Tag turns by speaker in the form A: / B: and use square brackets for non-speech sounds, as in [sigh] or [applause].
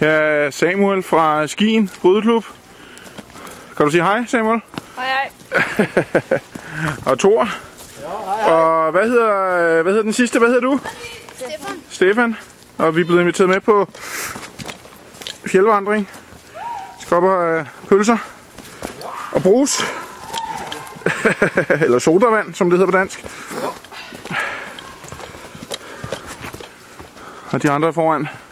A: Jeg er Samuel fra Skien Brydeklub. Kan du sige hej, Samuel?
B: Hej, hej.
A: Og Thor. Og hvad hedder, hvad hedder den sidste? Hvad hedder du?
B: Stefan.
A: Stefan. Og vi er blevet inviteret med på fjeldvandring. Skopper øh, pølser. Og brus. [laughs] Eller sodavand, som det hedder på dansk. Og de andre er foran.